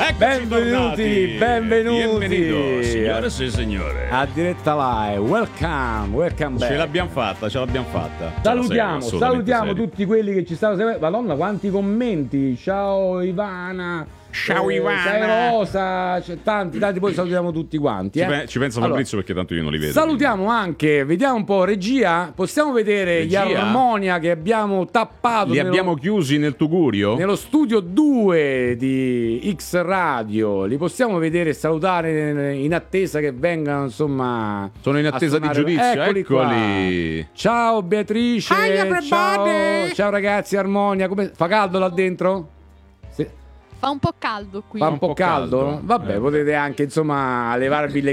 Eccoci Benvenuti, tornati. benvenuti. Eh. Ah, Bienvenido, signore e signore. A diretta live, welcome, welcome back. Ce l'abbiamo fatta, ce l'abbiamo fatta. Ce la Salutiamo, siamo, assolutamente salutiamo seri. tutti quelli che ci stanno seguendo. Madonna, quanti commenti! Ciao Ivana! Eh, Ciao, Ivana. Ciao Rosa! C'è tanti, tanti, poi salutiamo tutti quanti. Ci, eh. pe- ci pensa Allora, Fabrizio perché tanto io non li vedo. Salutiamo anche, vediamo un po', regia. Possiamo vedere Regia? gli armonia che abbiamo tappato Li nello, abbiamo chiusi nel Tugurio? nello studio 2 di X Radio. Li possiamo vedere e salutare in attesa che vengano, insomma. Sono in a attesa di suonare- giudizio. Eccoli. qua. Ciao Beatrice. Hi, everybody. ciao, ciao ragazzi, Armonia. Come... Fa caldo là dentro? Se- Fa un po' caldo qui. Fa un un po' po' caldo? caldo. Vabbè, Eh. potete anche insomma levarvi le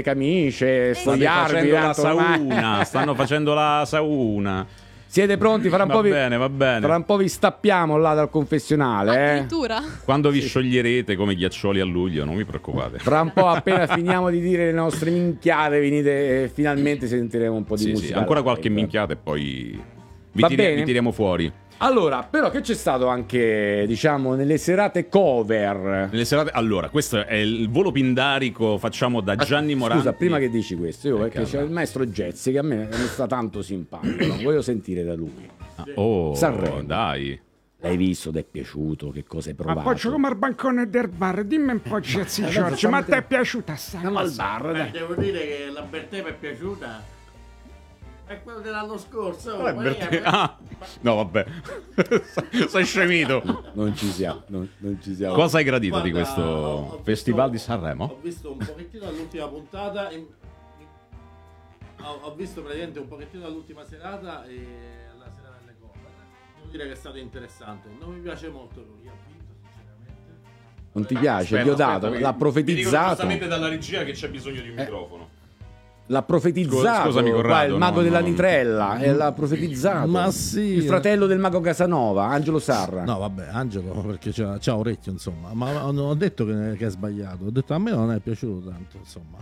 State camicie, sfogliarvi. facendo la tanto ormai- sauna, stanno facendo la sauna. Siete pronti? Fra un, Va po vi... bene, va bene. fra un po' vi stappiamo là dal confessionale. Eh? Addirittura. Quando vi scioglierete come ghiaccioli a luglio, non vi preoccupate. Fra un po' appena finiamo di dire le nostre minchiate, venite e finalmente sentiremo un po' di Sì, sì, musica. ancora live. qualche minchiata e poi vi, Va tiri- bene? vi tiriamo fuori. Allora, però che c'è stato anche, diciamo, nelle serate cover? Nelle serate... Allora, questo è il volo pindarico, facciamo da Gianni Morandi. Ah, Scusa, prima che dici questo, io Eh, perché c'è calma. il maestro Jezzi che a me mi sta tanto simpatico, non voglio sentire da lui. Ah, Oh, Sanremo. dai. L'hai visto, ti è piaciuto, che cosa hai provato? Appoggio come al bancone del bar, dimmi un po' Jazzy Eh, Giorgio, ma ti esattamente. è piaciuta sta Andiamo al cosa? bar, Eh, dai. devo dire che la Bertè mi è piaciuta. È quello dell'anno scorso. Qual è ma Bertè? io- Ah, no, vabbè. Sei scemito. Non ci siamo, non, non ci siamo. Cosa hai gradito di Guarda, questo ho- ho visto- Festival di Sanremo? Ho visto un pochettino all'ultima puntata. in- in- Ho, ho visto praticamente un pochettino all'ultima serata e la sera delle cover. Devo dire che è stato interessante. Non mi piace molto chi ha vinto, sinceramente. Non ti piace? Aspetta, Diodato, aspetta, l'ha mi- mi dicono profetizzato, Eh, giustamente dalla regia che c'è bisogno di un microfono. l'ha profetizzato. Scusami, Corrado, qua, il no, mago no, della no. nitrella, eh, l'ha profetizzato. Ma sì. Il fratello del mago Casanova, Angelo Sarra. No, vabbè, Angelo, perché c'ha, c'ha orecchio, insomma. Ma non ho detto che, che è sbagliato, ho detto a me non è piaciuto tanto, insomma.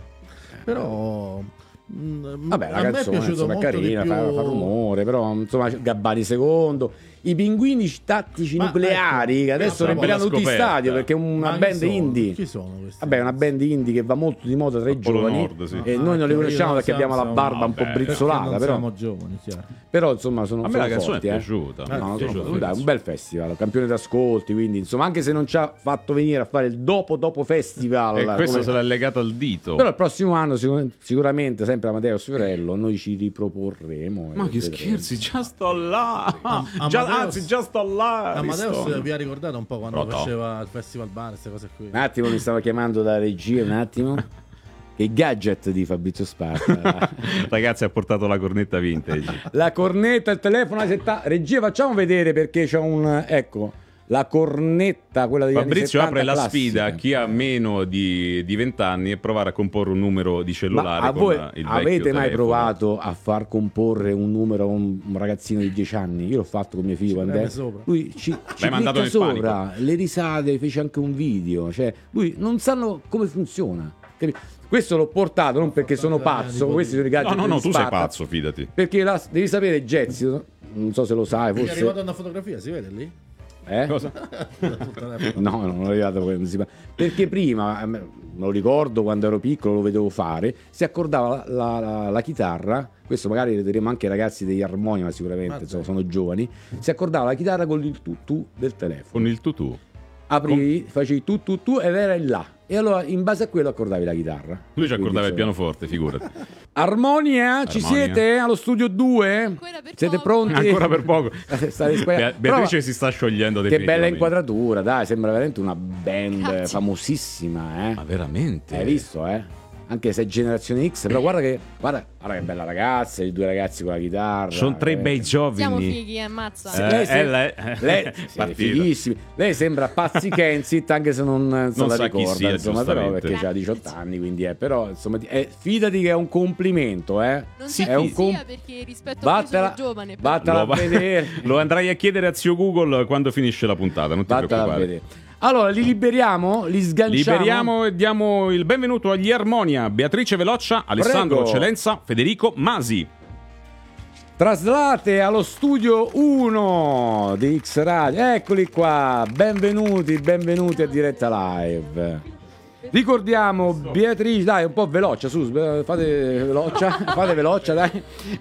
Però. mh, Eh. Vabbè, la a me è canzone piaciuto insomma, è molto di carina, fa, più- fa rumore, però insomma Gabbani secondo, i pinguini tattici Ma, nucleari ecco, che adesso una riempiranno bella tutti i scoperta. stadi perché è una Ma chi band sono? indie. Chi sono questi? Vabbè, è una band indie che va molto di moda tra i Al Polo giovani Nord, sì. e Ah, noi non li io conosciamo non perché siamo- abbiamo la siamo- barba un po' vabbè, Perché brizzolata, non però, siamo Ah, giovani, chiaro. però, insomma sono A me sono la canzone forti, è eh. piaciuta. mi No, no, è sono piaciuta, forti, dai, penso. un bel festival, campione d'ascolti, quindi insomma anche se non ci ha fatto venire a fare il dopo dopo festival E questo come- se l'ha legato al dito. Però il prossimo anno sicur- sicuramente sempre a Matteo Fiorello noi ci riproporremo. e Ma che vedremo. scherzi, già sto là. Ah, Am- Già- Amadeus- anzi, già sto là. Amadeus Risto- vi ha ricordato un po' quando Proto. faceva il festival bar, queste cose qui. Un attimo mi stava chiamando la regia, un attimo. Che gadget di Fabrizio Sparta. Ragazzi, ha portato la cornetta vintage. la cornetta, il telefono, la setta- regia facciamo vedere perché c'è un... ecco, la cornetta, quella di... Fabrizio apre la sfida a chi ha meno di, di 20 anni e provare a comporre un numero di Ma cellulare. a con voi il vecchio avete mai telefono. provato a far comporre un numero a un un ragazzino di 10 anni? Io l'ho fatto con mio figlio Ci quando preme è- sopra. lui ci, ci mandato clicca nel sopra, le risate, fece anche un video, cioè lui non sanno come funziona. capi- Questo l'ho portato non perché sono portato la mia pazzo, questi sono i No, gadget no, no, di tu sei Sparta, pazzo, fidati. Perché la- devi sapere Jezzi, non so se lo sai, Mi è arrivata forse una fotografia, si vede lì? eh? No, no, non è arrivato poi, non si parla. Perché prima, eh, me lo ricordo quando ero piccolo, lo vedevo fare, si accordava la, la- la- la chitarra, questo magari lo diremo anche ai ragazzi degli Armonia, ma sicuramente Ah, insomma, sono giovani, si accordava la chitarra con il tu-tu del telefono. Con il tutù. Aprivi, facevi tu-tu-tu ed era il là. E allora in base a quello accordavi la chitarra. Lui ci Quindi, accordava il insomma. pianoforte, figurati. Armonia, ci Armonia. siete allo studio 2? Ancora per Siete poco. pronti? Ancora per poco. State Bea- squagliando. Beatrice Prova- si sta sciogliendo che bella definitivamente. inquadratura, dai, sembra veramente una band Grazie. famosissima, eh. Ma veramente? Hai visto, eh? Anche se è generazione X, però guarda che, guarda, guarda che bella ragazza, i due ragazzi con la chitarra. Sono tre bei Siamo giovani. fighi, ammazza. Sì, Eh, lei, se- ella è- lei- sì, Partita. fighissimi. Lei sembra Pazzi Kenzit, anche se non, eh, se Non la sa chi ricorda, sia, insomma, però giustamente. perché ha 18 anni, quindi è, però insomma, ti- eh, fidati che è un complimento, eh. Non Sì, so è chi un com- sia perché rispetto a me Vattela, sono giovane. però. vattela a va- vedere. lo andrai a chiedere a zio Google quando finisce la puntata, non ti Vattela a preoccupare. vedere. Allora, li liberiamo? Li sganciamo? Liberiamo e diamo il benvenuto agli Armonia, Beatrice Veloccia, Alessandro Prego. Celenza, Federico Masi. Traslate allo studio 1 di X Radio. Eccoli qua, benvenuti, benvenuti a diretta live. Ricordiamo Beatrice, dai, un po' veloce, su, sbe- fate veloce, fate veloce, dai.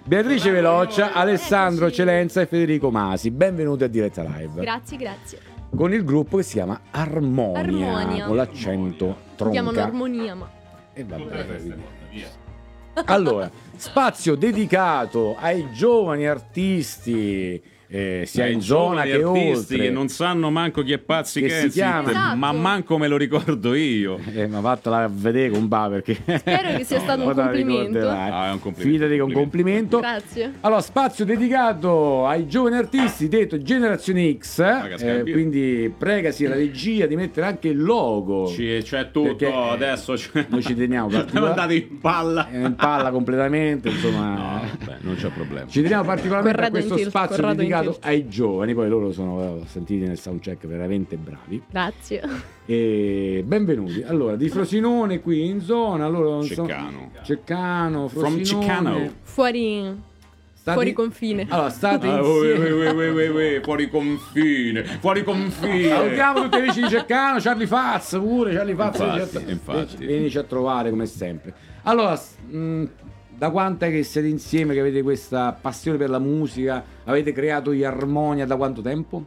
Beatrice Velocia, Alessandro Eccoci. Celenza e Federico Masi. Benvenuti a diretta live. Grazie, grazie. Con il gruppo che si chiama Armonia, Armonia. con l'accento Mi chiamano tronca. armonia, ma E vabbè, Tutte le feste quindi. buone, via. Allora, spazio dedicato ai giovani artisti, eh, sia Dai, in zona giovani che artisti oltre. che non sanno manco chi è Pazzi Che che si Kensit, chiama- Esatto. ma manco me lo ricordo io. Eh, ma fatela vedere con Ba perché... Spero che sia stato un Poi te la complimento. ricorderai. Ah, è un complimento, Fidati che è un complimento. grazie. Allora, spazio dedicato ai giovani artisti, detto Generazione X, Raga, eh, scambio. quindi pregasi la regia di mettere anche il logo. Ci- c'è tutto Perché, eh, adesso. C'è... noi ci teniamo Siamo andati in palla. Eh, in palla completamente, insomma. eh. No, vabbè, non c'è problema. Ci teniamo particolarmente Corrado a in questo tilt, spazio Corrado in dedicato tilt. ai giovani, poi loro sono eh, sentiti nel soundcheck veramente bravi. Grazie. E benvenuti. Allora, di Frosinone qui in zona, loro non so- Ceccano. Ceccano, From Frosinone. Ceccano. Fuori, Stati- fuori confine. Allora, state Ah, ue, ue, insieme. ue, ue, ue, ue, fuori confine, fuori confine. Salutiamo tutti gli amici di Ceccano, Charlie Faz pure, Charlie Faz Infatti, venici a- infatti. venici a trovare come sempre. Allora, s- mh, da quanto è che siete insieme, che avete questa passione per la musica, avete creato gli Armonia da quanto tempo?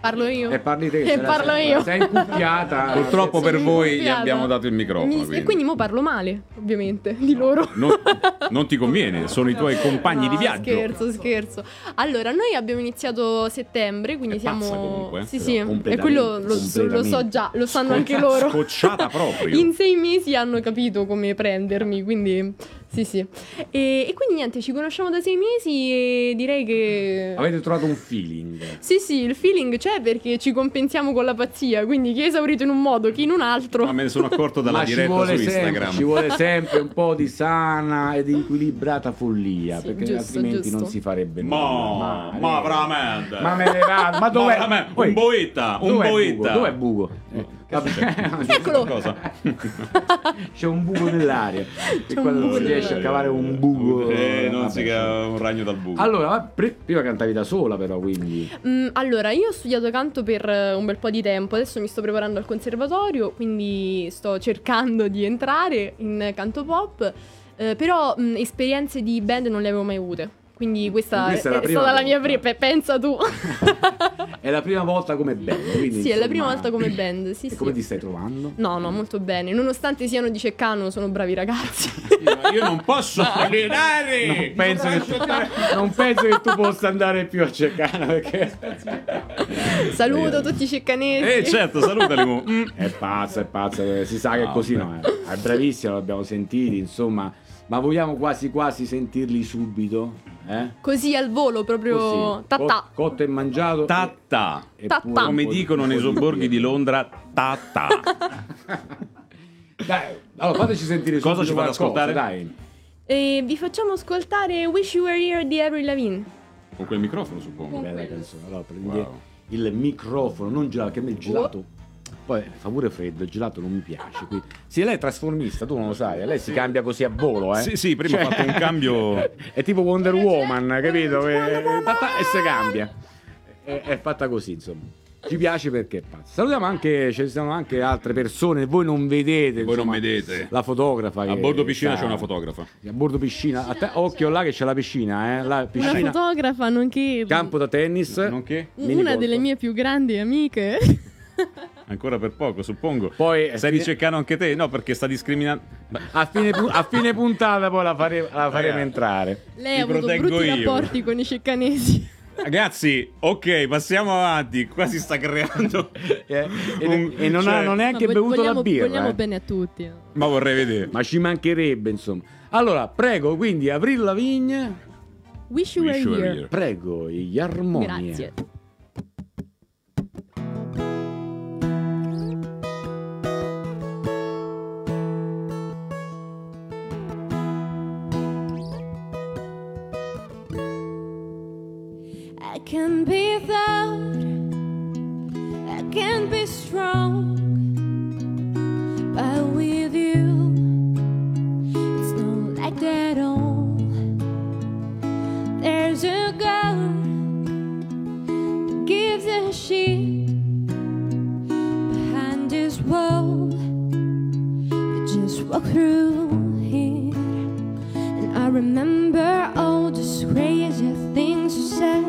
Parlo io. E parli te. E se la- parlo io. Sei incuffiata. Purtroppo per Sono voi gli inconfiata. abbiamo dato il Mi- microfono. E quindi mo parlo male, ovviamente, di loro. non, non ti conviene, sono i tuoi compagni No, di viaggio. Ah, Scherzo, scherzo. Allora, noi abbiamo iniziato settembre, quindi È pazza siamo. comunque, eh, sì, però sì, e completamente, quello lo, so- lo so completamente. già, lo sanno Scoccia- anche loro. scocciata proprio. In sei mesi hanno capito come prendermi, quindi. Sì, sì. E, e quindi niente, ci conosciamo da sei mesi e direi che. Avete trovato un feeling. Sì, sì, il feeling c'è perché ci compensiamo con la pazzia, quindi chi è esaurito in un modo, chi in un altro. Ma me ne sono accorto dalla Ma ci diretta su vuole, sempre, Instagram. ci vuole sempre un po' di sana ed equilibrata follia, Sì, perché giusto, altrimenti giusto. non si farebbe nulla. Ma, ma veramente. Ma me ne vado, ma dov'è? veramente, Poi- Un boetta, un Dov'è il boetta. buco? Dov'è il buco? Eh, vabbè. Eccolo! Cosa? C'è un buco nell'aria. E un quando buco si riesce a nell'aria. cavare un buco. Eh, non vabbè, cioè. si cava un ragno dal buco. Allora, ma pre- prima cantavi da sola però, quindi... Mm, allora, io ho studiato canto per eh, un bel po' di tempo, adesso mi sto preparando al conservatorio, quindi sto cercando di entrare in canto pop, eh, però mm, esperienze di band non le avevo mai avute. Quindi questa, Mm. Questa è è, la prima stata la mia volta. prima, pensa tu. È la prima volta come band, quindi... sì, è la insomma, prima volta come band, sì, E sì. come ti stai trovando? No, no, molto bene. Nonostante siano di Ceccano, sono bravi ragazzi. Io- Io non posso allenare. Non penso, che tu, non penso che tu possa andare più a cercare perché... Saluto tutti i ceccanesi. Eh, certo, salutali. mo. Mm. È pazza, è pazza, si sa che è No, così no. eh. È bravissimo, l'abbiamo sentito, insomma, ma vogliamo quasi quasi sentirli subito, eh? Così al volo, proprio Così, tatà. co- cotto e mangiato. Tatta. e- e Ta- pure ta. un Come po' di- dicono un nei po' di sobborghi di birra. Londra, tatta. Dai, allora fateci sentire Cosa subito ci fate qualcosa, ascoltare? Dai. E vi facciamo ascoltare Wish You Were Here di Avril Lavigne. Con quel microfono, suppongo. Bella canzone. Allora prendi Wow. il microfono, non gelato, che a me il gelato poi fa pure freddo, il gelato non mi piace. Quindi... Sì, lei è trasformista, tu non lo sai, lei si cambia così a volo, eh. Sì, sì, prima ha fatto un cambio. È tipo Wonder Woman, capito? E, e se cambia. È, è fatta così, insomma. Ci piace perché è pazza. Salutiamo anche, ci sono anche altre persone, voi non vedete. Voi non insomma, vedete. La fotografa. A che bordo piscina sta- c'è una fotografa. A bordo piscina. a te- occhio là che c'è la piscina, eh. La Una piscina. fotografa, nonché Campo da tennis. Nonché? mini una golf. delle mie più grandi amiche. Ancora per poco, suppongo. Poi- eh, Stai ricercando anche te? No, perché sta discriminando. Ma- A fine, pu- a fine puntata poi la, fare- la Eh. faremo entrare. Lei Ti ha avuto proteggo brutti io. rapporti con i ceccanesi. Ragazzi, ok, passiamo avanti. Qua si sta creando. Eh, E, un- e non ha cioè- non ha neanche No, vo- bevuto vogliamo, la birra. Vogliamo eh. bene a tutti. eh. Ma vorrei vedere. Ma ci mancherebbe, insomma. Allora, prego, quindi, Avril Lavigne, Wish You Wish Were you were Here. here. prego, gli armonia. Grazie. I can be loud, I can be strong, but with you, it's not like that all. walk through here. And I remember all those crazy things you said.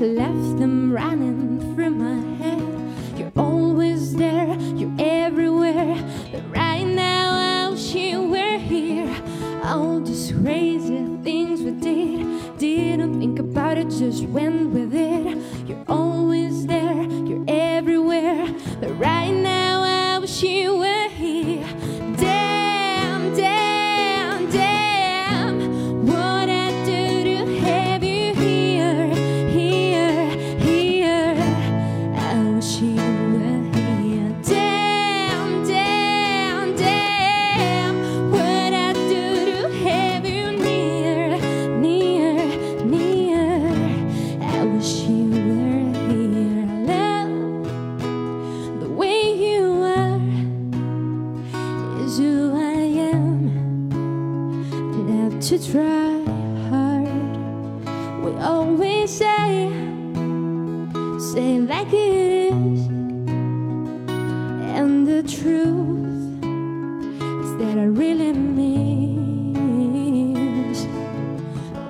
Left them running through my head. You're always there, you're everywhere. But right now, I wish you were here. All those crazy things we did. Didn't think about it, just went with it. You're always there, you're everywhere. But right now, I wish you were here. Damn, damn, damn. What I do to have you here, here, here. I wish you were here. Damn, damn, damn. What I do to have you near, near, near. I wish you were here. Love, the way you are is who I am. And have to try hard. We always say, say like it is. And the truth is that I really miss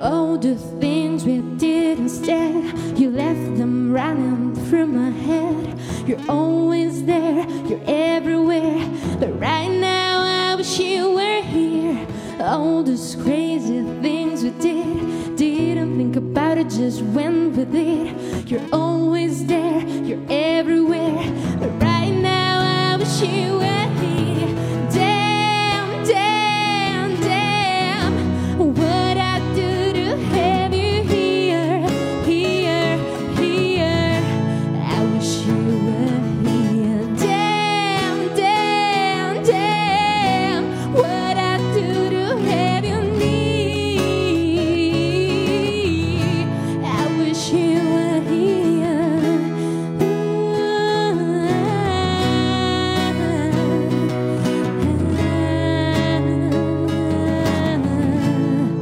all the things we did instead. You left them running through my head. You're always there, you're everywhere. But right now, I wish you were here. All those crazy things we did, didn't think about it, just went with it. You're always there, you're everywhere. But right now, I wish you were here. Damn, damn, damn. What I do to have you here, here, here. I wish you were here. Damn, damn, damn. What I do to have you near. I wish you were here.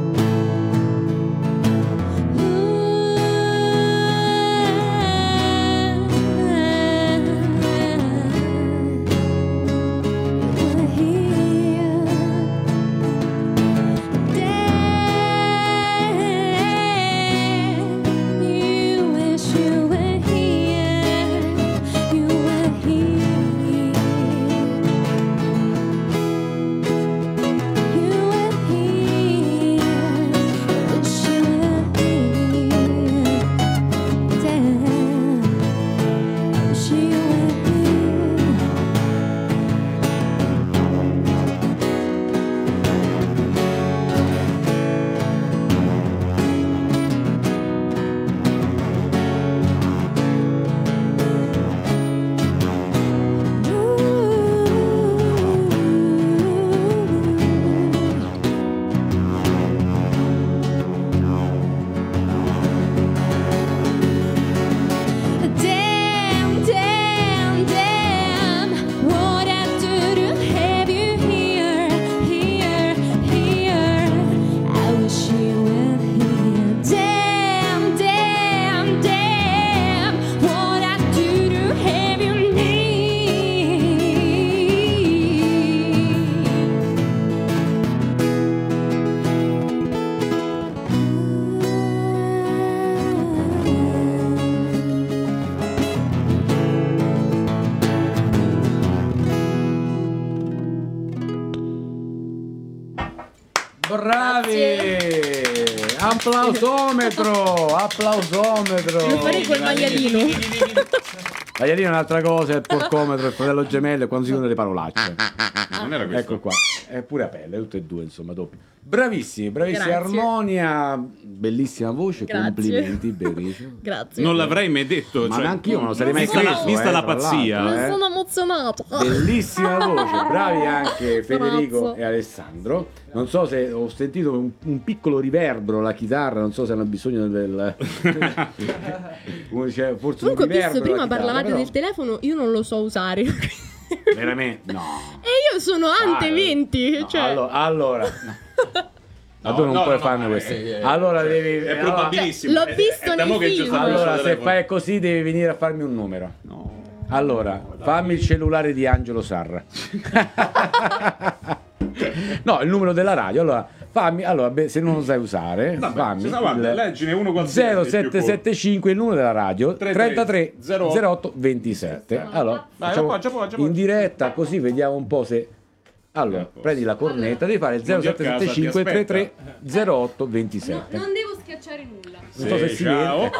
Thank you Ooh. Damn, damn, damn. What I do to have you here, here, here. I wish you were here. Damn, damn, damn. What I do to have you near. Bravi! Applausometro! Applausometro! Lo farei col magliarino. Magliarino è un'altra cosa, è il porcometro, il fratello gemello, quando si uniscono le parolacce. Non era questo. Ecco qua, è pure a pelle, tutte e due, insomma, doppio. Bravissimi, bravissimi, Grazie. armonia, bellissima voce, Grazie. complimenti, Beatrice. Grazie. Non l'avrei mai detto. Ma cioè, neanche io non lo sarei mai vista la- creduto, vista eh, la tra pazzia. l'altro, Non eh. sono Ah, emozionato. Bellissima voce, bravi anche Federico Ammazzo. e Alessandro. Non so se ho sentito un, un piccolo riverbero la chitarra, non so se hanno bisogno del... come dice, forse Comunque, un visto riverbero prima la chitarra, parlavate però- del telefono, io non lo so usare. Veramente? No. E io sono Ah, ante Ah, 20. eh. No, cioè, allo- allora... no. Ma No, tu Ah, non no, puoi no, farne no, queste. eh, eh, allora cioè, devi... È allora- probabilissimo. L'ho È- è- visto è da nei mo' che film. giusto- Allora, se dai, poi- fai così devi venire a farmi un numero. Allora, fammi il cellulare di Angelo Sarra. No, il numero della radio. Allora, fammi, allora beh, se non lo sai usare, Vabbè, fammi. se no, guarda, il leggine uno qualsiasi, più 0775 il numero della radio 33 33 08 27. Allora, Vai, facciamo appoggia, appoggia, appoggia. in diretta così vediamo un po' se Allora, Ecco. prendi la cornetta, devi fare Giungi a casa, ti 0775 33 08 No, 27. non devo schiacciare nulla. Non so se Sì, si ciao. vede.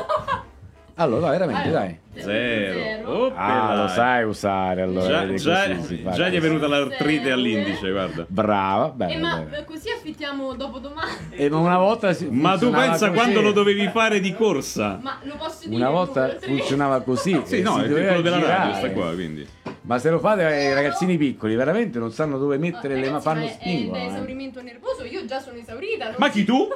Allora, no, veramente, dai. Zero. Oppela. Ah, lo sai usare allora. Già, vedi, già- così si fa. già gli è venuta l'artrite Zero. all'indice, guarda. Brava, Eh, bella. ma bella. eh, così affittiamo dopo domani. Eh, ma una volta si- Ma tu funzionava pensa così. quando lo dovevi fare di corsa? Ma lo posso dire? Una volta numero, funzionava così. Sì, eh, no, si è il doveva piccolo della radio, girare. sta qua, quindi. Ma se lo fate ai ragazzini piccoli, veramente non sanno dove mettere le mani, Ragazzi, fanno ma è- spingono. È eh. l'esaurimento nervoso, io già sono esaurita. non- Ma chi tu?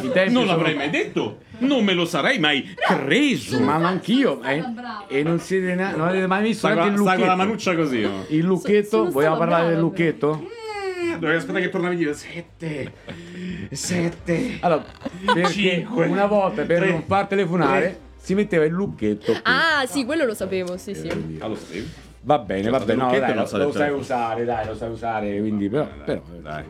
I tempi Non sono- l'avrei mai detto. Non me lo sarei mai creso. Ma Sono manch'io, stata eh, brava. e non siete neanche, non avete mai visto Sta neanche con, il sta lucchetto. con la manuccia così. oh. Il lucchetto, sono vogliamo stata parlare del brava, lucchetto? Dovevi aspettare che tornavi a dire sette, sette. Allora, perché Cinque, una volta per tre, non far telefonare tre. si metteva il lucchetto. qui. Ah, sì, quello lo sapevo, sì, sì. Eh, Ah, Allora, sì. Va bene, va Certo, bene, no, lucchetto dai, non lo, sa lo del sai telefono. usare, dai, lo sai usare, quindi però, però Dai, dai.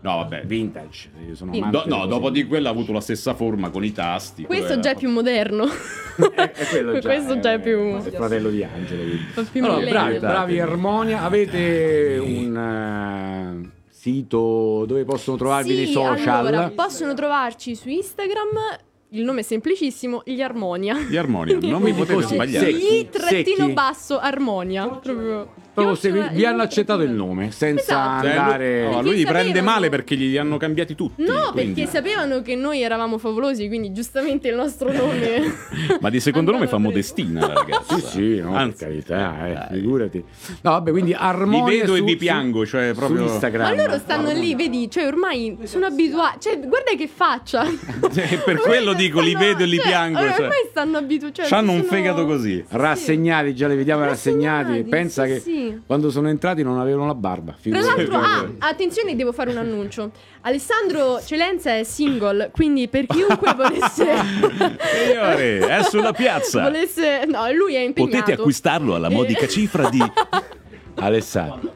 No, vabbè. vintage, io sono amante Do- delle no, cose dopo di vintage. quello ha avuto la stessa forma con i tasti. Questo quello già è era- più moderno. Eh, quello già, Questo già è più... il fratello di Angelo. quindi. più Allora, millennial. bravi, bravi Armonia, avete un eh, sito dove possono trovarvi Sì, nei social? allora, possono trovarci su Instagram, il nome è semplicissimo, gli Armonia. Di armonia, non mi Quindi potete così, sbagliare. secchi, Gli trattino secchi. basso Armonia. Proprio. Proprio Chiocciola segui- vi hanno gli accettato il trattino- nome, senza Esatto. Cioè, lui- andare... no, Perché lui gli prende sapevano- male perché gli hanno cambiati tutti. No, quindi- perché sapevano che noi eravamo favolosi, quindi giustamente il nostro nome. Ma di secondo nome fa Andava modestina, la ragazza. Sì, sì, no, Anzi, per carità, eh, dai. figurati. No, vabbè, quindi Vi Armonia vedo e su- vi su- piango, cioè su proprio... Instagram. Ma loro stanno lì, vedi, cioè ormai sono abituati. Cioè, guarda che faccia. Eh, per quello Ormai dico, li stanno- vedo e li cioè, piango, Ormai cioè. stanno abituati. Cioè, C'hanno un sono- fegato così. Rassegnati, già li vediamo rassegnati. Rassegnati, Pensa sì, che sì. quando sono entrati non avevano la barba. Tra figurati. Cioè, l'altro, ah, attenzione, devo fare un annuncio. Alessandro Celenza è single, quindi per chiunque volesse. Signore, è sulla piazza. Volesse, no, lui è impegnato. Potete acquistarlo alla Eh. modica cifra di... Alessandro,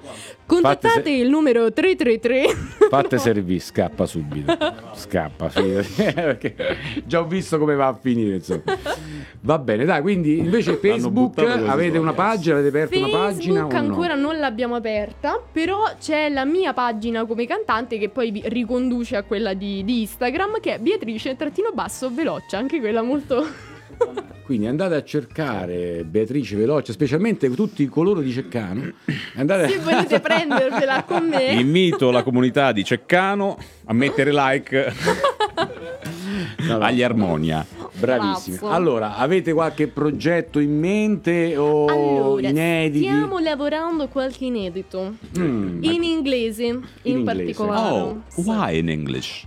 Contattate Fate se- il numero 333. fate servire, scappa subito. Scappa, fidati, perché già ho visto come va a finire. Insomma. Va bene, dai, quindi invece Facebook buttato così avete sulla una piazza. pagina, avete aperto una pagina? Facebook o no? ancora non l'abbiamo aperta, però c'è la mia pagina come cantante che poi vi riconduce a quella di, di Instagram che è Beatrice-Veloccia, anche quella molto... Quindi andate a cercare Beatrice Veloce, specialmente tutti coloro di Ceccano. Andate Se volete prendervela con me... Invito la comunità di Ceccano a mettere like No, no. agli Armonia. Bravissimi. Cazzo. Allora, avete qualche progetto in mente o Allora, Oh, inediti? stiamo lavorando qualche inedito. Mm. In inglese, in, inglese. particolare. Ah, Oh, why in English?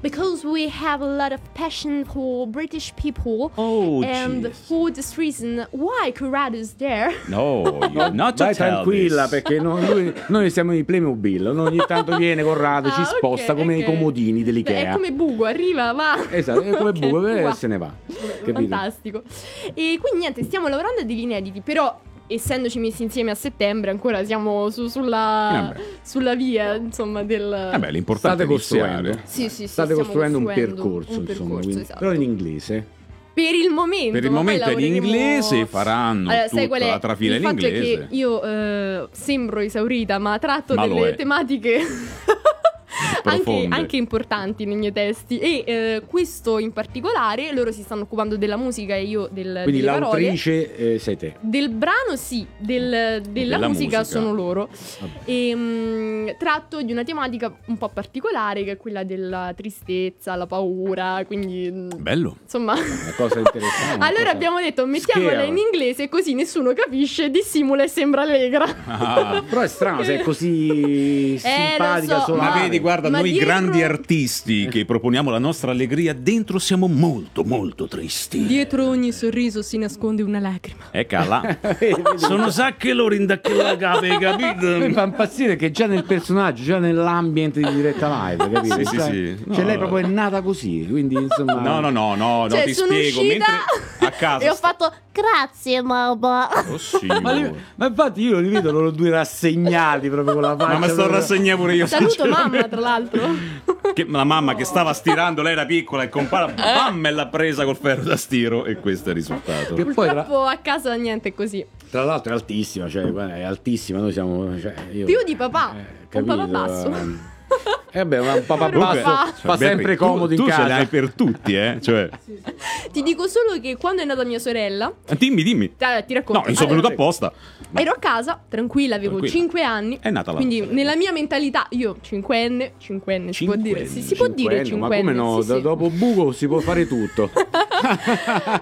Because we have a lot of passion for British people. Oh, and jeez. for this reason, why Corrado is there? No, you're not to Vai tell tranquilla this. perché no- lui- noi siamo i Playmobil, no? ogni tanto viene Corrado, ci Ah, sposta ok, come ok. i comodini Beh, dell'Ikea. È come Bugo, arriva, va. Esatto, è come Ok, buco e va. se ne va. Capito? Fantastico. E quindi niente, stiamo lavorando a degli inediti, però essendoci messi insieme a settembre ancora siamo su- sulla, Eh beh. sulla via, insomma, del... Eh beh, l'importante State è costruendo. iniziare. Sì, sì, sì, State stiamo costruendo un costruendo percorso, insomma, un percorso, quindi- esatto. però in inglese. Per il momento, Per il ma poi momento è in lavoreremo- inglese, faranno Allora, sai tutta qual è? la trafila il in fatto inglese. È che io eh, sembro esaurita, ma tratto Ma lo delle è. tematiche anche, Profonde. anche importanti nei miei testi. E eh, questo in particolare, loro si stanno occupando della musica e io del, Quindi delle parole. l'autrice eh, sei te. Del brano sì, del- della Della musica, musica. sono loro. E, mm, tratto di una tematica un po' particolare che è quella della tristezza, la paura, quindi... mm, Bello. Insomma, Una cosa interessante. una allora cosa- abbiamo detto mettiamola Scare. in inglese così nessuno capisce, dissimula e sembra allegra. Ah, Però è strano se è così simpatica Eh, lo so, solo Ma a- vedi, guarda, ma noi dietro- Eh. grandi artisti che proponiamo la nostra allegria, dentro siamo molto, molto tristi. Eh, Dietro ogni sorriso si nasconde una lacrima. E cala. Sono sacche Lorinda che la gabe, Mi capito? fa impazzire che già nel personaggio, già nell'ambiente di diretta live, capito? Sì, sì, Cioè- sì. Cioè, No. lei proprio è nata così, quindi insomma. No, no, no, no, no, cioè, ti sono spiego. uscita Mentre a casa. e ho sta- fatto grazie mamma. Oh, sì. Ma, li- ma infatti io li vedo loro due rassegnati proprio con la faccia. Ma mi sto proprio- rassegnando pure io. Saluto sinceramente. mamma, tra l'altro. Che- la mamma che stava stirando, lei era piccola e compara, Eh. bam, e l'ha presa col ferro da stiro e questo è il risultato. Che poi tra, Purtroppo a casa niente è così. tra l'altro è altissima, cioè guarda, è altissima, noi siamo... Cioè, io- Più di papà, eh, un papà capito, basso. ehm. Eh beh, ma un papà Comunque- basso Cioè, fa Beppe, sempre tu- comodo in tu casa. ce l'hai per tutti, eh? Cioè, Ti dico solo che quando è nata mia sorella, dimmi, dimmi. Dai, dai, ti racconto. No, non sono Allora, venuto apposta. Ero a casa, tranquilla, avevo Tranquilla. 5 anni. È nata la Quindi nostra. nella mia mentalità, io 5enne, 5enne, si può dire. Si, si può dire Cinquenne, Ma come 5enne. no? sì, Da- sì. Dopo buco si può fare tutto.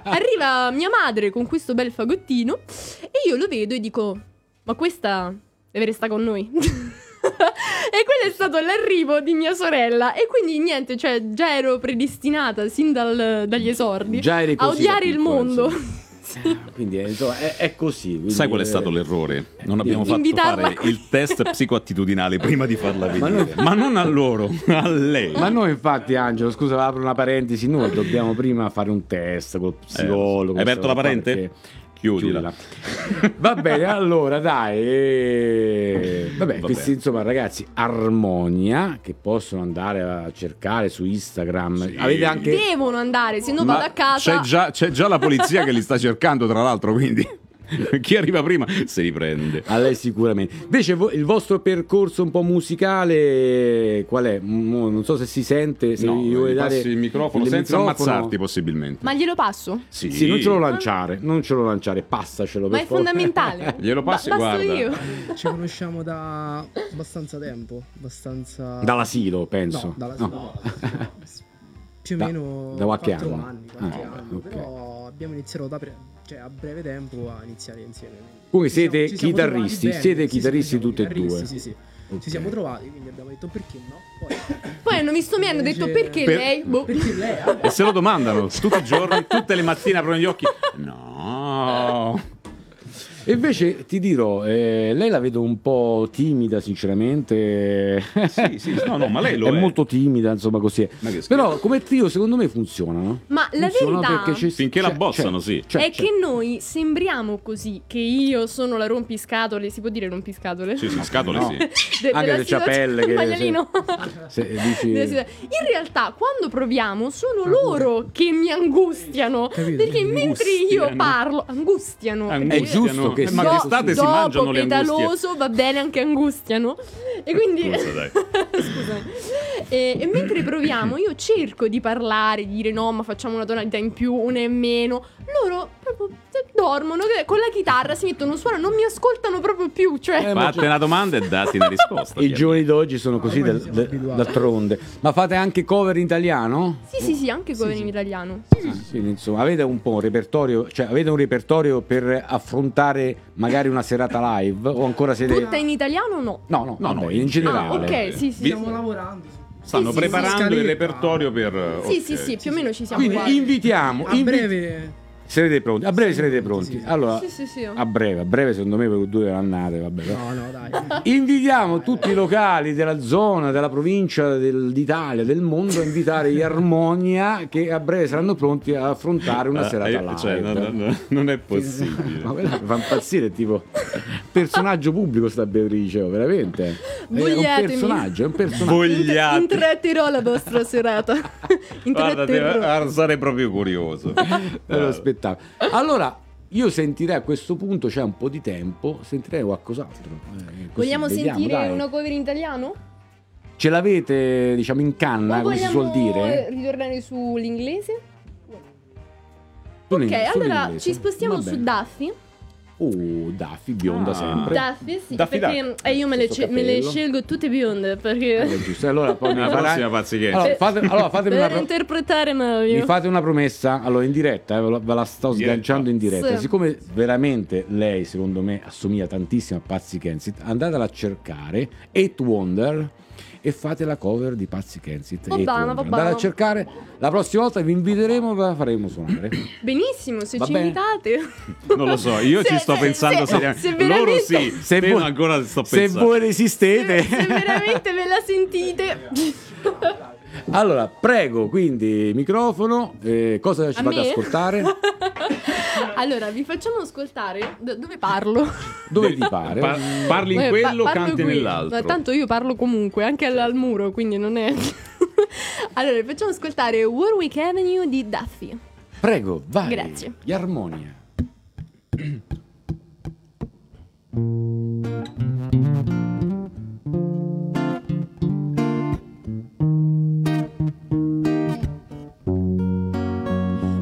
Arriva mia madre con questo bel fagottino e io lo vedo e dico, ma questa deve restare con noi. e quello è stato l'arrivo di mia sorella e quindi niente, cioè già ero predestinata sin dal- dagli esordi Già eri a così da odiare il piccola, mondo. insomma. Sì. Quindi eh, insomma, è, è così. quindi, Sai qual è eh, stato l'errore? Non abbiamo fatto Invitarla fare qui. il test psicoattitudinale prima di farla Ma venire. Ma non a loro, a lei. Ma noi infatti Angelo, scusa, apro una parentesi, noi dobbiamo prima fare un test col psicologo. Eh, hai aperto questa la roba parente? perché- Chiudila. Chiudila. Va bene, allora dai. eh, Vabbè, Vabbè. questi insomma ragazzi, Armonia, che possono andare a cercare su Instagram. Sì. Avete anche... Devono andare, se no Ma vado a C'è casa. già, c'è già la polizia che li sta cercando, tra l'altro, quindi chi arriva prima se li prende. A lei sicuramente. Invece vo- il vostro percorso un po' musicale qual è? Mo- non so se si sente, se No, gli vuoi gli dare passi il microfono il senza microfono. ammazzarti possibilmente. Ma glielo passo? Sì, Sì, non ce lo lanciare, non ce lo lanciare, passacelo Ma per è favore. fondamentale. Glielo passi, Ba- basto guarda. io. Ci conosciamo da abbastanza tempo, abbastanza... Dall'asilo, penso. No, dalla- No. no, più o Da- meno da qualche 4 anno. anni, qualche Ah, anno, ok. però abbiamo iniziato da pre- cioè, a breve tempo a iniziare insieme. quindi Comunque ci siamo- siete ci siamo trovati chitarristi, bene, siete sì, sì, chitarristi siamo tutti e due. chitarristi, Sì, sì. Ok. Ci siamo trovati, quindi abbiamo detto perché no? Poi, Poi hanno visto me e hanno detto perché Per- lei? Boh. perché lei ah, ha E se lo domandano tutti i giorni, tutte le mattine aprono gli occhi. No. E invece ti dirò, eh, lei la vedo un po' timida, sinceramente. Sì, sì, no, no, ma lei lo è, è. molto timida, insomma, così. è. Ma che scherzo. Però come trio secondo me funziona, no? Ma la Funziona verità perché cioè, c'è- Finché la c'è- bozzano, c'è- sì. c'è- è c'è- che noi sembriamo così, che io sono la rompiscatole, si può dire rompiscatole? Sì, sì, scatole No. sì. De- Anche della se c'ha situazione- pelle che- Maialino. se dici- Della situazione- In realtà, quando proviamo, sono loro che mi angustiano. Perché mentre io Angustiano. parlo, angustiano. È giusto che Eh, ma sia così. d'estate si dopo mangiano le angustie. pedaloso va bene anche angustiano. E quindi. Scusa, dai. Scusami. E, e mentre proviamo, io cerco di parlare, di dire no, ma facciamo una tonalità in più, una in meno. Loro proprio eh, dormono eh, con la chitarra, si mettono suono, non mi ascoltano proprio più. Cioè, Eh, ma Fatte una domanda e datti una risposta. I chiaro. giovani d'oggi sono così ormai da- ci siamo da- abituati. d'altronde. Ma fate anche cover in italiano? sì, sì, sì, anche con in italiano. Ah, quindi, insomma, avete un po' un repertorio, cioè avete un repertorio per affrontare magari una serata live o ancora siete Tutta in italiano, no. No, no, No, no, no, in generale. Ah, ok, sì, sì. Vi- Stiamo lavorando. su- Stanno sì, sì, preparando sì. il repertorio per... Sì, ok. sì, sì, più o meno ci siamo. Quindi quasi. invitiamo, A invi- breve... Sarete pronti? A breve sarete pronti. sì, sì. Allora, Sì, sì, sì. a breve, a breve secondo me per due annate, vabbè. però. No, no, dai. Invitiamo tutti i locali della zona, della provincia, del- d'Italia, del mondo a invitare gli Armonia che a breve saranno pronti a affrontare una Ah, serata eh, live. cioè, no, no, no, non è possibile. Ma quella mi fa impazzire, tipo personaggio pubblico sta Beatrice, oh, veramente. È un Vogliatemi. personaggio, è un personaggio. Vogliate. Intratterò la vostra serata. Guarda, te- Intratterò. guarda, ah, sarei proprio curioso. È uno spettacolo. Allora, io sentirei a questo punto, c'è un po' di tempo, sentirei qualcos'altro. Eh, così, Vogliamo vediamo, sentire dai. una cover in italiano? Ce l'avete, diciamo, in canna, o come si vogliamo suol dire? ritornare sull'inglese? Sull'in- Ok, allora sull'inglese. ci spostiamo Va su bene. Daffy. Oh, Daffy, bionda Ah. sempre. Daffy, sì, Daffy perché Duck. eh, io me le, Stesso ce- me le capello. scelgo tutte bionde Eh, perché giusto. Allora poi mi La farai- prossima pazzicchezza. Allora, fate- allora, fatemi una per pro- interpretare Mi Mario. fate una promessa, allora in diretta, eh, ve la- ve la sto Diretta. sganciando in diretta. Sì. Siccome veramente lei, secondo me, assomiglia tantissimo a Pazzi Kensit, andatela a cercare, Eight Wonder, e fate la cover di Pazzi Kensit. Va Eight bene, Wonder. va Andatela bene. a cercare, la prossima volta vi inviteremo e ve la faremo suonare. Benissimo, se Va ci bene. invitate. Non lo so, io Se- ci sto se- pensando se- seriamente. se veramente- Loro sì, Se te voi- no, ancora sto Se pensando. voi resistete... Se veramente ve la sentite. Allora, prego, quindi microfono, eh, cosa ci A fate me? ascoltare? allora, vi facciamo ascoltare Do- dove parlo. Dove ti pare? Pa- parli in Eh, pa- quello, parlo canti qui. nell'altro. Ma tanto io parlo comunque, anche al, al muro, quindi non è Allora, vi facciamo ascoltare Warwick Avenue di Duffy. Prego, vai. Grazie. Yarmonia.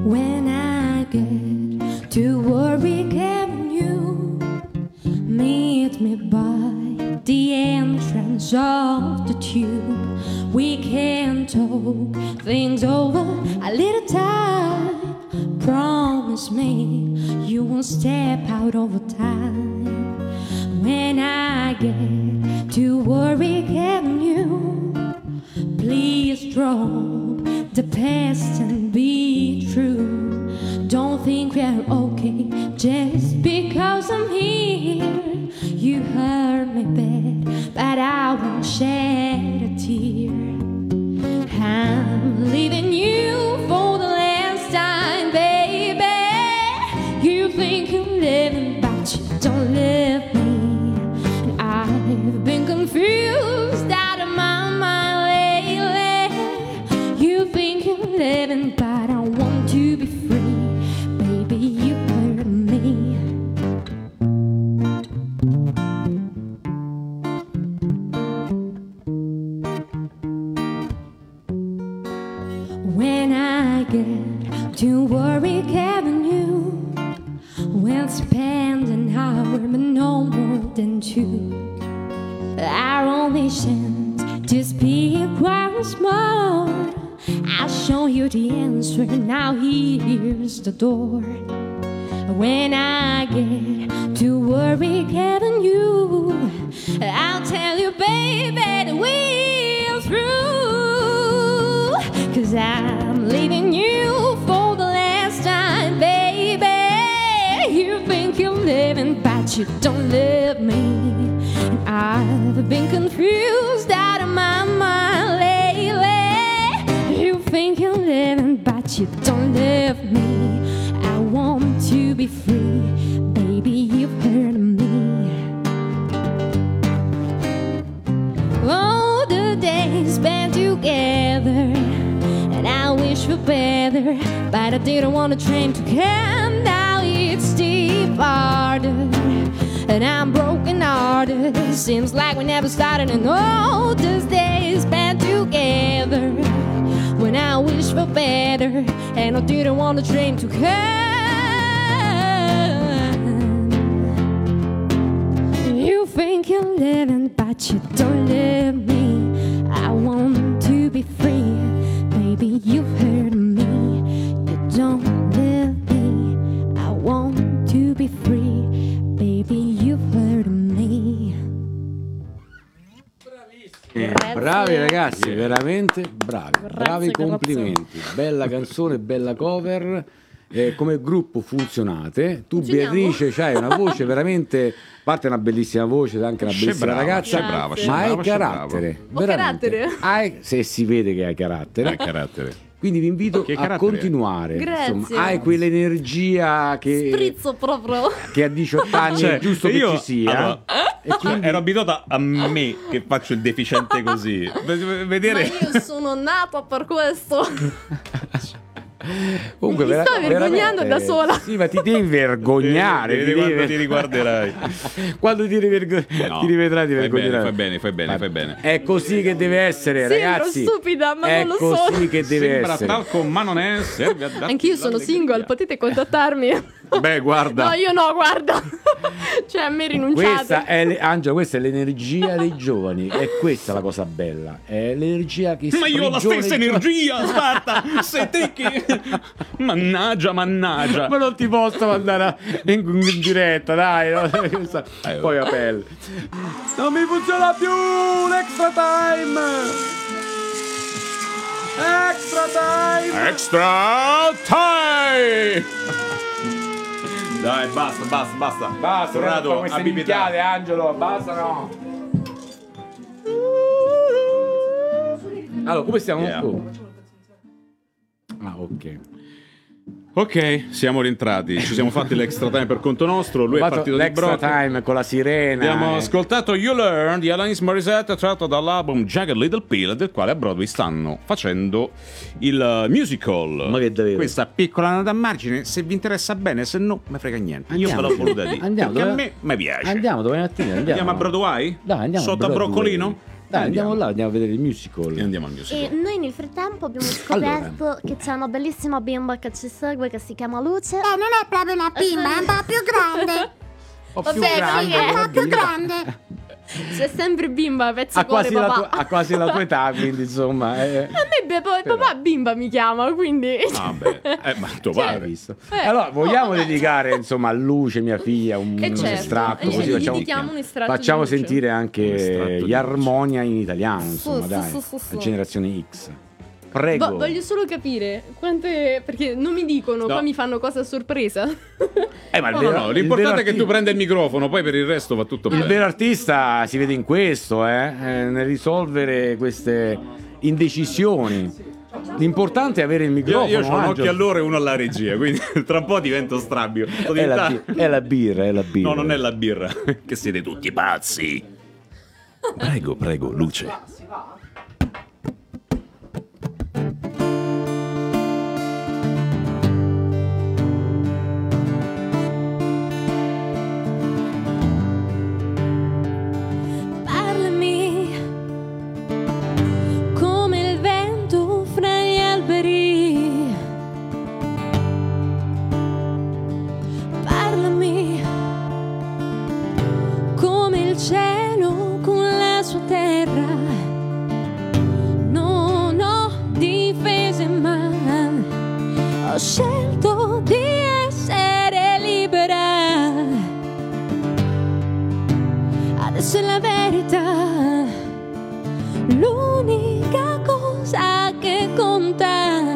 When I get to Warwick Avenue, meet me by the entrance of the tube. We can talk things over a little time. Promise me you won't step out over time. When I get to Warwick Avenue, Please drop the past and be true. Don't think we're okay just because I'm here. You hurt me bad, but I won't shed a tear. I'm leaving you for the last time, baby. You think you're living, but you don't live me. And I've been confused out of my mind lately. You think you're living, but I want to be free. Baby, you hurt me. When I get to Warwick Avenue, we'll spend an hour, but no more than two. Our only chance to speak once more. I'll show you the answer. Now here's the door. When I get to Warwick Avenue, I'll tell you, baby, that we're through. Cause I'm leaving you for the last time, baby. You think you're living, but you don't live me. And I've been confused out of my mind lately. You think you're living, but you don't live me. I want to be free, baby. You've hurt me. All the days spent together, and I wish for better, but I didn't want to train to come. Now it's departed, and I'm broken hearted. Seems like we never started, and all those days spent together when I wish for better, and I didn't want the train to come. You think you're living, but you don't live me. I want to be free, baby. You've hurt me. You don't live me. I want to be free, baby. You've hurt me. Eh, Grazie. bravi ragazzi, veramente bravi, bravi complimenti, bella canzone, bella cover, Eh, come gruppo funzionate, tu Funzioniamo. Beatrice c'hai una voce veramente, a parte una bellissima voce, anche una C'è bellissima brava, ragazza, c'è brava, c'è ma hai brava, c'è carattere, Ho veramente. carattere? Hai- se si vede che hai carattere, Eh, carattere. quindi vi invito Che a carattere. continuare, Grazie. Insomma, hai quell'energia che, Sprizzo proprio. che a 18 anni Cioè, è giusto io- che ci sia. allora, e quindi- Ero abituata a me che faccio il deficiente così. V- Ma Vedere io sono nata per questo. Comunque, Mi sto vergognando veramente- da sola. Sì, ma ti devi vergognare. Vedi quando ti riguarderai. quando ti, rivergo- No. ti rivedrai, ti Fai vergognerai. bene, fai bene, fai bene, fai È così che deve essere, Sembro ragazzi. stupida, ma è non lo così sono. che deve Sembra essere. talco, ma non è. Serve a darti Anch'io sono l'allegria. single, potete contattarmi. Beh, guarda. No, io no, guarda. cioè, a me rinunciate. Questa è le- Angela, questa è l'energia dei giovani. È questa la cosa bella. È l'energia che Ma io ho la sprigiona stessa i giovani. energia, Sparta! Sei te che... Mannaggia, mannaggia! Ma non ti posso mandare a- in, in diretta, dai. no? Questa- Eh, Poi a pelle. Non mi funziona più l'extra time. Extra time. Extra time! Dai, basta, basta, basta. Basta, Corrado, Corrado, queste abbi pietà. minchiate, Angelo, basta no. Allora, come stiamo? Yeah. Oh. Ah, ok. Ok, siamo rientrati. Ci siamo fatti l'extra time per conto nostro. Lui Ho è fatto partito di l'extra brotto. time con la sirena. Abbiamo eh. ascoltato You Learn di Alanis Morissette tratto dall'album Jagged Little Pill del quale a Broadway stanno facendo il uh, musical. Ma che davvero? Questa piccola nota a margine, se vi interessa bene, se no me frega niente. Io ve Andiamo. l'ho voluta dire. Andiamo, perché dove- a me mi piace. Andiamo domani mattina. Andiamo, Andiamo a Broadway? Dai, andiamo Sotto a Broadway. Broccolino? Dai, andiamo là, andiamo a vedere il musical. E andiamo al musical. E Eh, noi nel frattempo abbiamo Allora. scoperto che c'è una bellissima bimba che ci segue che si chiama Luce. Eh, non è proprio una bimba, è un po' più grande. Ho più grande, è un una po' più bimba. grande. C'è sempre bimba, pezzo Ha di cuore, quasi, la papà. tua, ha quasi la tua età, quindi insomma. eh. A me be- poi papà bimba mi chiama, quindi... Ah, beh, eh, ma tuo Hai padre. visto? Eh, Allora, vogliamo dedicare insomma a Luce, mia figlia, un, E un certo, estratto. gli- Così gli facciamo, dedichiamo un estratto facciamo di Luce. sentire Un estratto anche di gli armonia in italiano, insomma, su, dai, su, su, su. la generazione X. Prego. Vo- voglio solo capire quante... Perché non mi No. dicono, poi mi fanno cosa a sorpresa. Eh, ma il vero- No, no, no, il l'importante è vero che tu arti- prenda il microfono, poi per il resto va tutto Il bene. vero artista si vede in questo, eh, eh, nel risolvere queste indecisioni. L'importante è avere il Io, microfono. io ho un Angelo. occhio all'ora e uno alla regia, quindi tra un po' divento strabio. Sto È la, diventando- bi- è la birra, è la birra. No, non è la birra, che siete tutti pazzi. Prego, prego, luce. Parlami come il vento fra gli alberi. Parlami come il cielo con la sua terra. Non ho difese ma ho scelto di essere libera. Adesso è la verità, l'unica cosa che conta.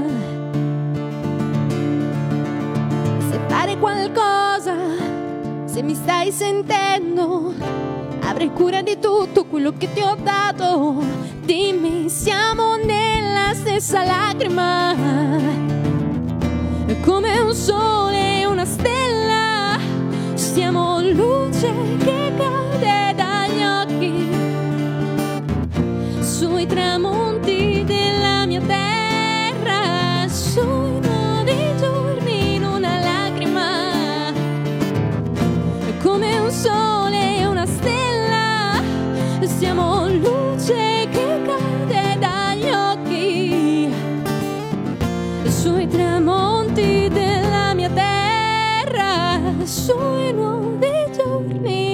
Se fare qualcosa, se mi stai sentendo, avrei cura di tutto quello che ti ho dato. Dimmi, siamo nella stessa lacrima, come un sole e una stella. Siamo luce che cade dagli occhi sui tramonti della mia terra, sui nuovi giorni in una lacrima, come un sole e una stella, siamo luce che cade dagli occhi sui tramonti della mia terra, sui nuovi giorni.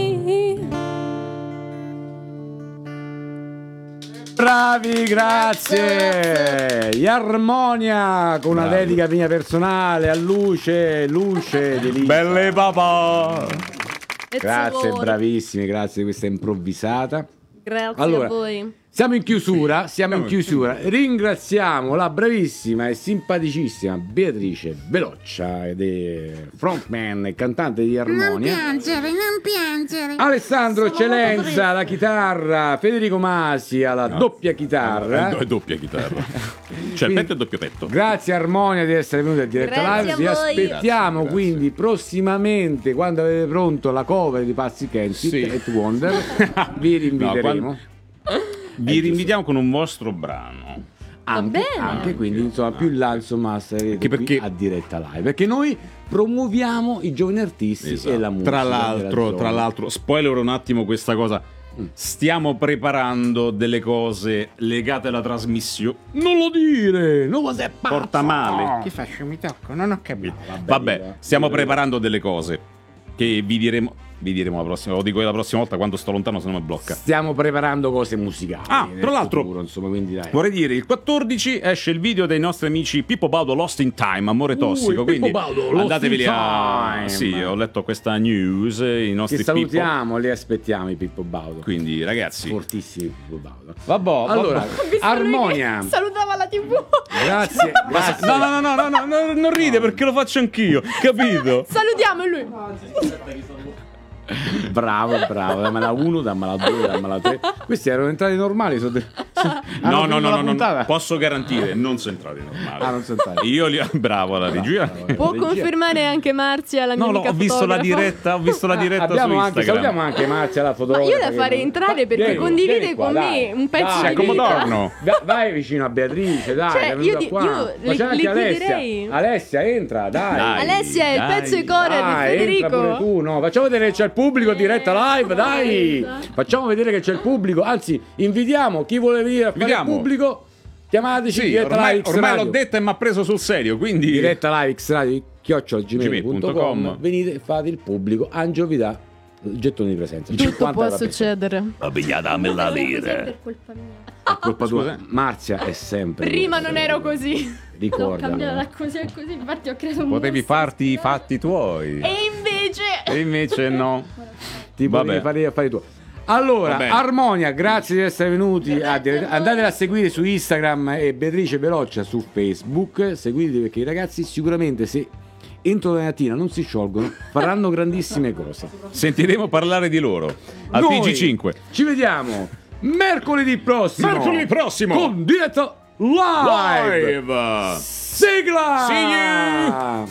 Bravi, grazie. Gli armonia con una Bravi. dedica mia personale a luce, luce, delizia. Belle papà! Pezzo Grazie, d'oro. bravissimi, grazie di questa improvvisata. Grazie Allora, a voi. Siamo in chiusura, siamo in Siamo in chiusura. Ringraziamo la bravissima e simpaticissima Beatrice Veloccia, ed è frontman e cantante di Non armonia. piangere, non piangere. Sono Alessandro molto Eccellenza triste. alla chitarra, Federico Masi alla doppia È, chitarra. do- è doppia chitarra. Cioè il Quindi- petto e il doppio petto. Grazie Armonia di essere venuta a diretta Grazie live. a Vi voi. aspettiamo Grazie, grazie. quindi prossimamente quando avete pronto la cover di Pazzi Kensi Sì. e Wonder. Vi rinviteremo. No, Vi rinvitiamo con un vostro brano. anche, bene. anche quindi insomma più in là insomma sarete Anche qui perché- a diretta live perché noi promuoviamo i giovani artisti e la Esatto. musica Tra della l'altro, zona. tra l'altro, spoiler un attimo questa cosa. Mm. Stiamo preparando delle cose legate alla trasmissione. Non lo dire! Non lo sei pazzo! Porta male. Ti faccio mi tocco, non ho capito. Vabbè, stiamo preparando delle cose che vi diremo. Vi diremo la prossima, lo dico io la prossima volta quando sto lontano, se no mi blocca. Stiamo preparando cose musicali. Ah, nel tra l'altro- futuro, insomma, quindi dai. Vorrei dire, il 14 esce il video dei nostri amici Pippo Baudo Lost in Time, Amore Tossico. Pippo quindi Baudo, Lost in andateveli a. Time. Sì, ho letto questa news. eh, I nostri Ti Pippo. salutiamo, li aspettiamo i Pippo Baudo. Quindi, ragazzi. Fortissimi Pippo Baudo. Vabbò, Allora, vabbò. Armonia. Salutava la TV. Grazie. Ma- grazie. Ah, No, no, no, no, no, no, non ride perché lo faccio anch'io, capito? Salutiamo lui. Bravo, bravo. Eh, Dammela 1, dammela 2, dammela 3. Questi erano entrati normali. sono de- No, no, no, finito Ah, la no, no, puntata? posso garantire, non sono entrati normali. Ah, non sono eh. entrati. Io li bravo la regia. Può confermare anche Marzia la mia No, no, amica ho visto la fotografa? diretta, ho visto la diretta su Abbiamo anche, Instagram. salutiamo anche Marzia, la Ma fotografa. io la farei entrare perché Vieni, condivide vieni qua, con dai. me un pezzo Dai, di vita. Torno. Va- vai vicino a Beatrice, dai, Cioè, che è venuta io di- qua. io Ma le- c'è anche le chiederei- Alessia. Alessia, entra, dai. Dai, Alessia, il dai. pezzo di core di Dai, Ah, entra pure Federico. Eh, tu, no? Facciamo vedere che c'è il pubblico diretta live, dai! Facciamo vedere che c'è il pubblico, anzi, invitiamo chi vuole venire a fare Invitiamo. il pubblico. Chiamateci Sì, diretta ormai, live X ormai Radio. l'ho detta e mi ha preso sul serio, quindi diretta live X Radio gmail.com. chiocciolagmail.com. Venite e fate il pubblico, Angio vi dà il gettone di presenza. Tutto 50 può da pezzo. succedere. dammi la lira. È colpa tua. Marzia è sempre Prima non ero così. L'ho Ricorda. cambiata da così a così, infatti ho creato un Potevi mostro. farti i fatti Eh. tuoi. E invece E invece no. Ti Vabbè. potevi fare gli affari tuoi. Allora, Vabbè. Armonia, grazie di essere venuti. a dire- Andatela a seguire su Instagram e Beatrice Veloccia su Facebook. Seguiteli perché i ragazzi sicuramente se entro la mattina non si sciolgono faranno grandissime cose. Sentiremo parlare di loro al Noi PG5. Ci vediamo mercoledì prossimo. Mercoledì prossimo. Con diretta live. Live. Sigla. See you. you.